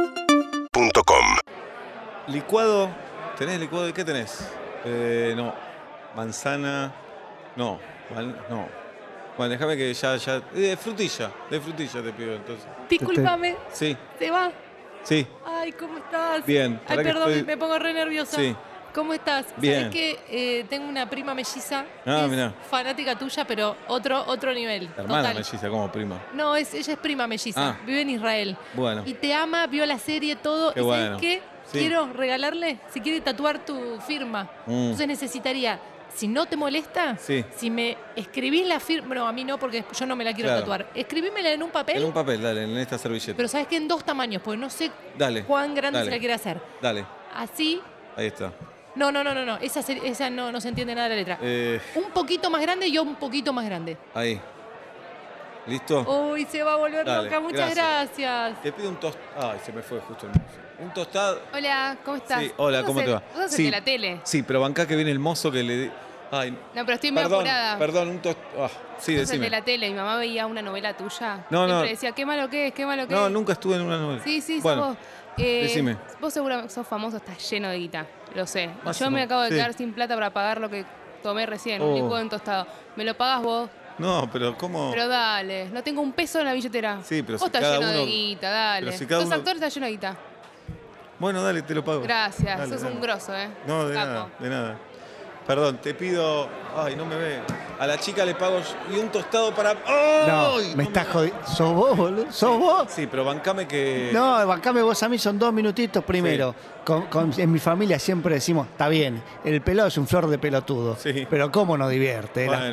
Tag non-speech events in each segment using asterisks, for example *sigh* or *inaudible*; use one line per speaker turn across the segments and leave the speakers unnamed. UrbanaPlayFM.com
Licuado, ¿tenés licuado de qué tenés? Eh, no, manzana, no, man- no. Bueno, déjame que ya, ya. eh, De frutilla, de frutilla te pido entonces.
Discúlpame,
Sí,
¿te va?
sí,
Ay, ¿cómo estás?
Bien,
Ay,
pará que
perdón,
estoy-
me pongo re nerviosa.
Sí.
¿Cómo estás?
Bien.
Sabés que eh, tengo una prima melliza.
Ah,
que es
mirá.
Fanática tuya, pero otro, otro nivel.
la hermana
total.
melliza como prima.
No, es, ella es prima melliza.
Ah.
Vive en Israel.
Bueno,
Y te ama, vio la serie, todo.
Qué
¿Y
bueno.
sabes qué?
Sí.
Quiero regalarle, si quiere tatuar tu firma.
Mm.
Entonces necesitaría, si no te molesta,
Sí.
si me escribís la firma. No, a mí no, porque yo no me la quiero
Claro.
tatuar. Escribímela en un papel.
en un papel, dale, en esta servilleta.
Pero sabes que en dos tamaños, porque no sé
Dale,
cuán grande
dale.
se la quiere hacer.
Dale,
Así.
ahí está.
No, no, no, no, no. Esa, se- esa no, no se entiende nada de la letra.
Eh,
Un poquito más grande y yo un poquito más grande.
ahí. ¿Listo?
Uy, se va a volver
Dale,
loca. Muchas gracias.
Te pido un tostado. Ay, se me fue justo el mozo. Un tostado.
Hola, ¿cómo estás?
Sí, hola,
Vos
¿cómo
sos
te
el-
va?
Vos sos el
Sí.
de la tele.
Sí, pero bancá que viene el mozo que le. di- Ay,
No, pero estoy medio
perdón,
apurada.
perdón, un tostado. sí,
Vos sos el
decime.
de la tele. Mi mamá veía una novela tuya.
No,
Siempre
no.
decía, qué malo que es, qué malo que
No,
es.
nunca estuve en una novela.
Sí, sí, sos
bueno,
vos. Eh,
decime.
Vos seguro sos famoso, estás lleno de guita. Lo sé. Y
Más
Yo
o
me
menos,
acabo de
sí.
quedar sin plata para pagar lo que tomé recién,
Oh.
un licuado en tostado. Me lo pagas vos,
No, pero ¿cómo?
pero dale. No tengo un peso en la billetera.
Sí, pero
vos
si
estás
cada
lleno de
uno-
guita, dale.
pero si cada
sos
uno-
actor, estás lleno de guita.
Bueno, dale, te lo pago.
Gracias,
Dale,
sos
dale.
un grosso, ¿eh?
No, de
Capo.
nada, de nada. Perdón, te pido. Ay, no me ve. A la chica le pago y un tostado para.
No,
¡Ay!
me estás jodiendo. ¿Sos vos, boludo? ¿Sos vos?
Sí, Eh. pero bancame que.
No, bancame vos a mí, son dos minutitos primero. Con- con- en mi familia siempre decimos, está bien, el pelado es un flor de pelotudo.
Sí.
Pero cómo nos divierte,
Bueno,
las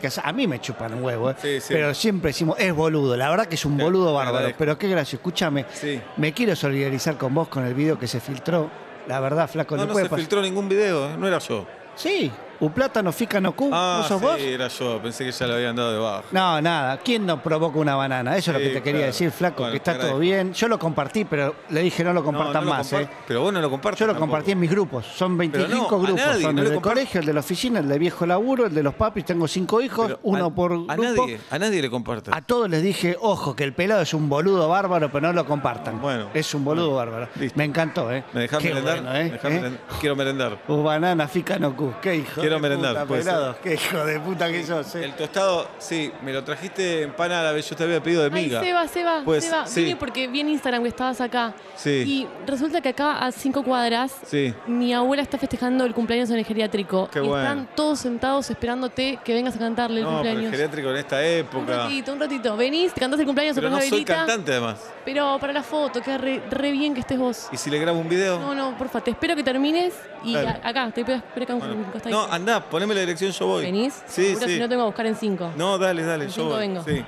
gracias.
que hace- A mí me chupan un huevo, ¿eh?
Sí, sí.
Pero siempre decimos, es boludo. La verdad que es un
Te- te
boludo bárbaro.
agradezco.
Pero qué gracioso, escúchame.
Sí.
Me quiero solidarizar con vos con el video que se filtró. La verdad, flaco,
No,
no,
no
puede
se
pasar.
filtró ningún video, eh, no era yo.
Sí, un plátano fica no cu,
Ah,
¿no sos
sí,
vos?
era yo, pensé que ya lo habían dado de baja.
No, nada. ¿Quién no provoca una banana? Eso es
Sí,
lo que te quería
claro.
decir, flaco,
Bueno,
que
te
está todo
agradezco.
bien. Yo lo compartí, pero le dije no lo compartan
No, no lo
más.
compar-
¿eh?
Pero vos no lo compartes.
Yo lo
tampoco.
compartí en mis grupos. Son
Pero
25
no, a
grupos.
nadie,
son
no
el
lo
del
compar-
colegio, el de la oficina, el de viejo laburo, el de los papis. Tengo cinco hijos,
Pero
uno
a-
por grupo. Ah,
A nadie, a nadie le compartes.
A todos les dije, ojo, que el pelado es un boludo bárbaro, pero no lo compartan.
Bueno.
es un boludo bárbaro.
Listo.
Me encantó, ¿eh?
¿Me dejás
Qué
merendar?
bueno, ¿eh?
¿Me dejás
¿Eh?
merendar? Quiero merendar.
Uh, banana, fica no cu. Qué hijo.
Quiero
de
merendar,
puta,
puede ser.
pelado. Qué hijo de puta que sos. ¿eh?
El tostado, sí, me lo trajiste en pan árabe, yo te había pedido de miga.
Ay, Seba, Seba,
Pues,
Seba.
sí.
Vine porque vi en Instagram que estabas acá.
Sí.
Y resulta que acá a cinco cuadras
Sí.
mi abuela está festejando el cumpleaños en el geriátrico.
Qué
y
bueno.
están todos sentados esperándote que vengas a cantarle el
No, pero el
cumpleaños.
geriátrico en esta
un
época.
ratito, un ratito. Venís, te cantás el cumpleaños,
Pero
te
no
pones una
soy
velita.
cantante además.
Pero para la foto, queda re, re bien que estés vos.
¿Y si le grabo un video?
No, no, porfa, te espero que termines y
Dale.
a- acá, te espero acá un
Bueno.
costadito.
No, andá, poneme la dirección, yo voy.
¿Venís?
Sí,
Seguro,
sí.
Si no, tengo que buscar en cinco.
No, dale, dale,
En
yo
cinco
voy.
vengo.
Sí.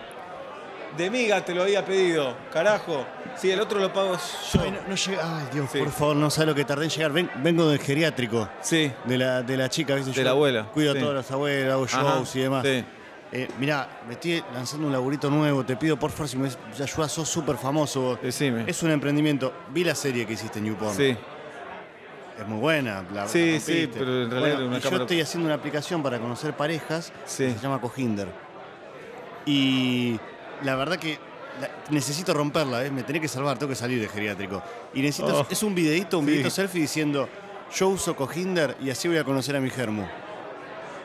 De miga te lo había pedido, carajo. Sí, el otro lo pago yo.
Ay, no, no llega- Ay, Dios,
Sí.
por favor, no sabe lo que tardé en llegar. Ven- vengo del geriátrico,
Sí.
de la, de la chica, ¿viste?
De la abuela,
Cuido
sí.
a todas las abuelas, hago
Ajá,
shows y demás.
sí.
Eh, mirá, me estoy lanzando un laburito nuevo. Te pido, por favor, si me ayudas, sos súper famoso vos.
Decime.
Es un emprendimiento. Vi la serie que hiciste en Newport.
Sí.
Es muy buena. La, la
Sí, sí,
rompiste.
pero en realidad era
Bueno,
una
y
cámara-
Yo estoy haciendo una aplicación para conocer parejas.
Sí.
que se llama Cohinder. Y la verdad que la- necesito romperla, ¿eh? me tenés que salvar, tengo que salir de geriátrico. Y necesito.
Oh.
Es un videito, un
Sí.
videito selfie diciendo. Yo uso Cohinder y así voy a conocer a mi germo.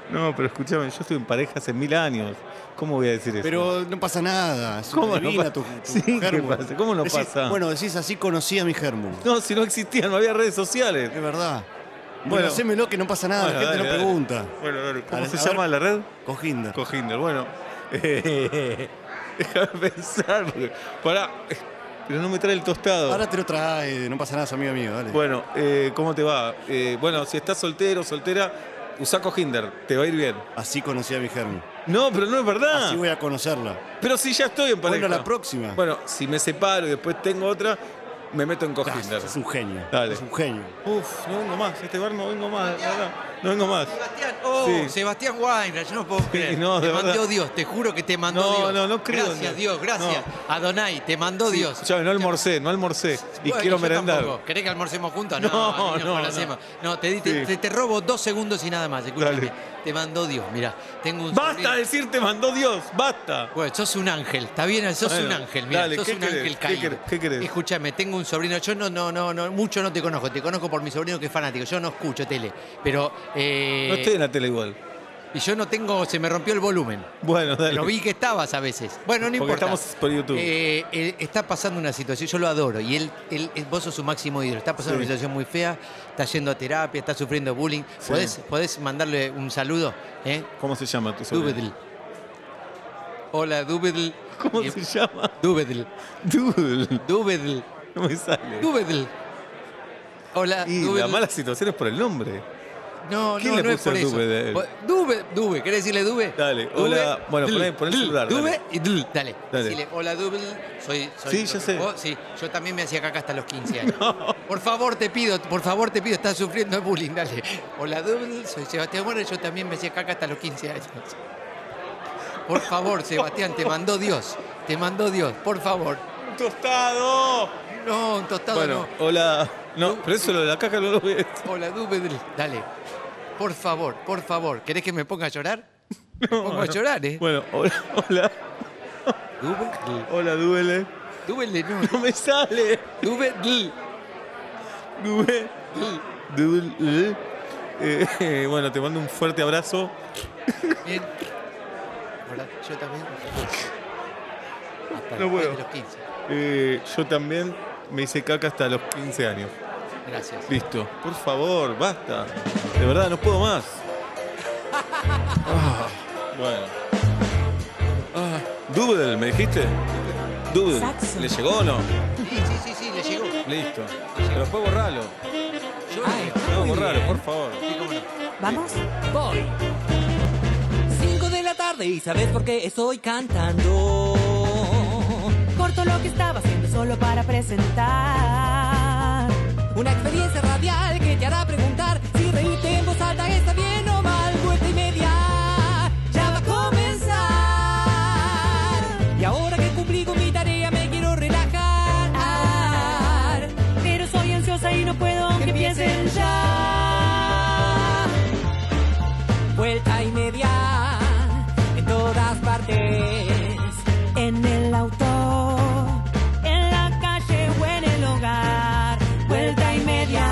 No, pero escúchame, yo estoy en pareja hace mil años. ¿Cómo voy a decir eso?
Pero no pasa nada. Es
¿Cómo no
divina
pasa?
tu, tu
*laughs* Sí, ¿qué
germu.
pasa? ¿Cómo no
Decís,
pasa?
Bueno, decís así conocí a mi germo.
No, si no existían, no había redes sociales.
Es verdad.
Bueno.
Bueno, hacémelo que no pasa nada,
Bueno,
la
dale,
gente no
dale.
pregunta.
Bueno, dale, ¿cómo
A-
se
a
llama
ver.
la red?
Cohinder.
Cohinder,
*laughs*
bueno. Eh, déjame pensar. porque- Pará, eh, pero no me trae el tostado.
Ahora te lo trae, no pasa nada, es amigo mío, dale.
Bueno, eh, ¿cómo te va? Eh, bueno, si estás soltero, soltera, usá Cohinder, te va a ir bien.
Así conocí a mi germo.
No, pero no es verdad.
Así voy a conocerla.
Pero si ya estoy en pareja.
Bueno, la próxima.
Ah. Bueno, si me separo y después tengo otra, me meto en Cohinder.
Ah, Es un genio.
Dale.
Es un genio.
Uf, no vengo más, a este bar no vengo más, de verdad. No vengo más.
Sebastián, oh,
Sí.
Sebastián Weinreich, yo no puedo creer.
no, de
te mandó
verdad.
Dios, te juro que te mandó
No,
Dios.
no, no creo en
Gracias,
Dios.
Dios, gracias. Adonai, te
Oh,
mandó Dios.
Escuchame, no almorcé, no almorcé. Y
Bueno,
quiero
yo
merendar.
tampoco. ¿Querés que almorcemos juntos? No,
No,
no,
no,
no.
no.
No, te, di- te-
Sí.
te- te robo dos segundos y nada más. Escúchame.
Dale.
Te mandó Dios, mirá. Tengo un
¡Basta
sobrino-
de decir te mandó Dios! ¡Basta!
Bueno, sos un ángel, está bien, sos
Bueno,
un ángel, mira,
dale,
sos
¿qué
un
querés?
ángel
¿Qué
caído.
querés? ¿Qué querés?
Escúchame, tengo un sobrino, yo no, no, no, no, mucho no te conozco, te conozco por mi sobrino que es fanático, yo no escucho tele, pero eh,
No estoy en la tele igual.
y yo no tengo, se me rompió el volumen.
Bueno, dale.
Pero vi que estabas a veces. Bueno, no
Porque
importa.
estamos por YouTube.
Eh, él está pasando una situación, yo lo adoro, y él, él- él- vos sos su máximo ídolo. Está pasando
Sí.
una situación muy fea, está yendo a terapia, está sufriendo bullying.
Sí.
¿Podés, podés mandarle un saludo? ¿Eh?
¿Cómo se llama tu sobrino?
Doobedle. Hola, Doobedle.
¿Cómo
Eh,
se llama?
Doobedle.
Doodle.
Doobedle.
No me sale.
Doobedle. Hola,
Y
Doobedle.
la mala situación es por el nombre.
No,
¿Quién
no,
le
no es
puso
por eso.
Doobedle?
Po- Dube, Dube, ¿querés decirle Dube?
Dale, hola. Bueno, poné- poné el
dl,
celular,
Dube
dale.
y dl, dale.
Dale.
Decile, hola Dube, soy, soy
Sí, ya sé.
vos, sí, yo también me hacía caca hasta
*laughs*
los 15 años. Por favor, te pido, por favor, te pido, estás sufriendo de bullying, dale. Hola Dube, soy Sebastián Bueno, yo también me hacía caca hasta los 15 años. Por favor, Sebastián, te mandó Dios. Te mandó Dios, por favor.
¡Tostado!
No, un tostado
Bueno,
no.
hola. No, pero eso lo de la caja no lo ves.
Hola, Dubedri. Dale. Por favor, por favor. ¿Querés que me ponga a llorar? Me pongo a llorar, ¿eh?
Bueno, hola, hola.
Dubedri.
Hola, duele.
Dubedri, no.
No me sale.
Dubedri.
Dube. Dube. Eh, eh, *laughs* bueno, te mando un fuerte abrazo.
Bien. Hola, yo también. Hasta
No
los-
puedo.
de los 15.
Eh, yo también me hice caca hasta los 15 años.
Gracias.
Listo. Por favor, basta. De verdad, no puedo más. Ah, bueno. Ah, Doodle, ¿me dijiste? Doodle.
Saxo.
¿Le llegó o no?
Sí, sí, sí, sí, le llegó.
Listo. Pero después borralo.
Yo
Ay.
No,
Muy
borralo,
bien.
por favor.
Sí, cómo no.
¿Vamos? Voy. 5 de la tarde y sabes por qué estoy cantando. Corto lo que estaba haciendo solo para presentar. Una experiencia radial que te hará preguntar si reírte en voz alta está bien o mal. Vuelta y media, ya va a comenzar. Y ahora que cumplí con mi tarea me quiero relajar. Pero soy ansiosa y no puedo que empiecen ya vuelta y media en todas partes, en el auto, en la calle o en el hogar, vuelta y media.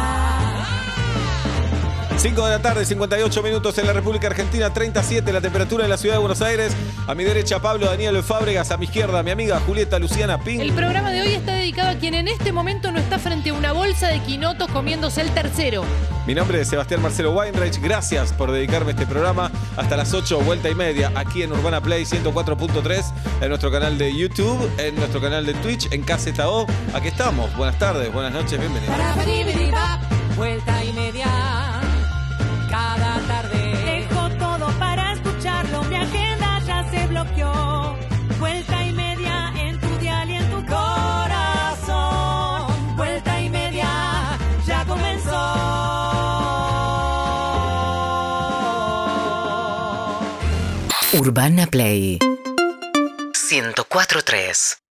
5 de la tarde, 58 minutos en la República Argentina, 37 la temperatura en la ciudad de Buenos Aires. A mi derecha Pablo Daniel Fábregas, a mi izquierda mi amiga Julieta Luciana Pink.
El programa de hoy está dedicado a quien en este momento no está frente a una bolsa de quinotos comiéndose el tercero.
Mi nombre es Sebastián Marcelo Weinreich. Gracias por dedicarme este programa. Hasta las 8, vuelta y media, aquí en Urbana Play 104.3, en nuestro canal de YouTube, en nuestro canal de Twitch, en KZO. Aquí estamos. Buenas tardes, buenas noches, bienvenidos.
Parabiribiribap, Vuelta y media, cada tarde. Dejo todo para escucharlo, mi agenda ya se bloqueó. Vuelta y media en tu dial y en tu corazón. Vuelta y media, ya comenzó.
Urbana Play 104.3